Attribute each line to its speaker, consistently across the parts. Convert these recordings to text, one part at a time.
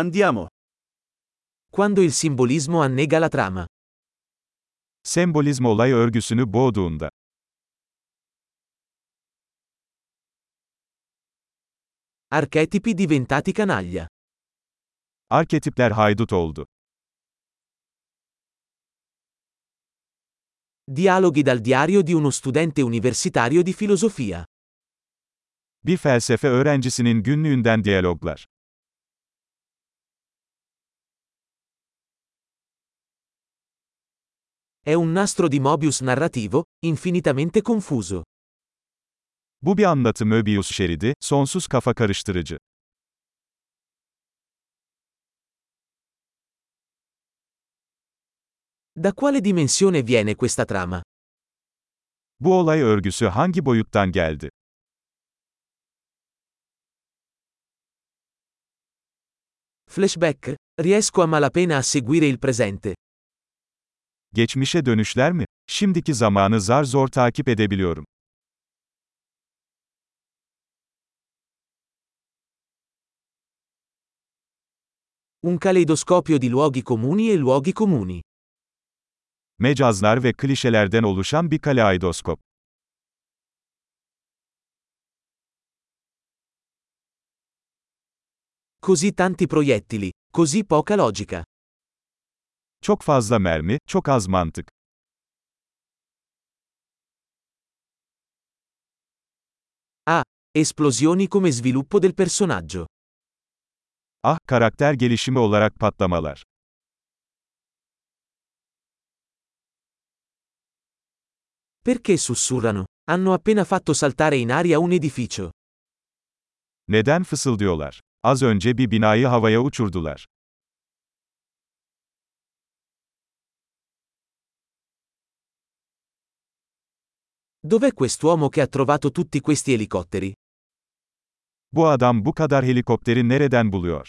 Speaker 1: Andiamo.
Speaker 2: Quando il simbolismo annega la trama.
Speaker 3: Sembolizm olay örgüsünü boğduğunda.
Speaker 2: Archetipi diventati canaglia.
Speaker 3: Arketipler haydut oldu.
Speaker 2: Dialoghi dal diario di uno studente universitario di filosofia.
Speaker 3: Bir felsefe öğrencisinin günlüğünden diyaloglar.
Speaker 2: È un nastro di Mobius narrativo, infinitamente confuso.
Speaker 3: Bu bir anlatı Möbius şeridi, sonsuz kafa karıştırıcı.
Speaker 2: Da quale dimensione viene questa trama?
Speaker 3: Bu olay örgüsü hangi boyuttan geldi?
Speaker 2: Flashback? Riesco a malapena a seguire il presente.
Speaker 3: Geçmişe dönüşler mi? Şimdiki zamanı zar zor takip edebiliyorum.
Speaker 2: Un caleidoscopio di luoghi comuni e luoghi comuni.
Speaker 3: Mecazlar ve klişelerden oluşan bir kaleidoskop.
Speaker 2: Così tanti proiettili, così poca logica.
Speaker 3: Çok fazla mermi, çok az mantık.
Speaker 2: Ah, esplosioni come sviluppo del personaggio.
Speaker 3: Ah, karakter gelişimi olarak patlamalar.
Speaker 2: Perché sussurrano? Hanno appena fatto saltare in aria un edificio.
Speaker 3: Neden fısıldıyorlar? Az önce bir binayı havaya uçurdular.
Speaker 2: Dov'è quest'uomo che ha trovato tutti questi elicotteri?
Speaker 3: Bu adam bu kadar helikopteri nereden buluyor?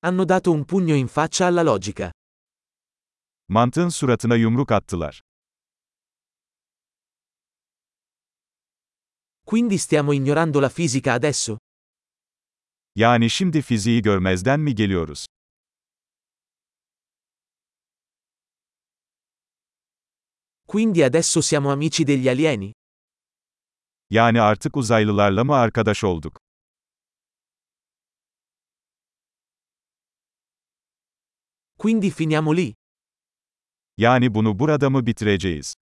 Speaker 2: Hanno dato un pugno in faccia alla logica.
Speaker 3: Mantığın suratına yumruk attılar.
Speaker 2: Quindi stiamo ignorando la fisica adesso?
Speaker 3: Yani şimdi fiziği görmezden mi geliyoruz?
Speaker 2: Quindi adesso siamo amici degli alieni?
Speaker 3: Yani artık uzaylılarla mı arkadaş olduk?
Speaker 2: Quindi finiamo lì.
Speaker 3: Yani bunu burada mı bitireceğiz?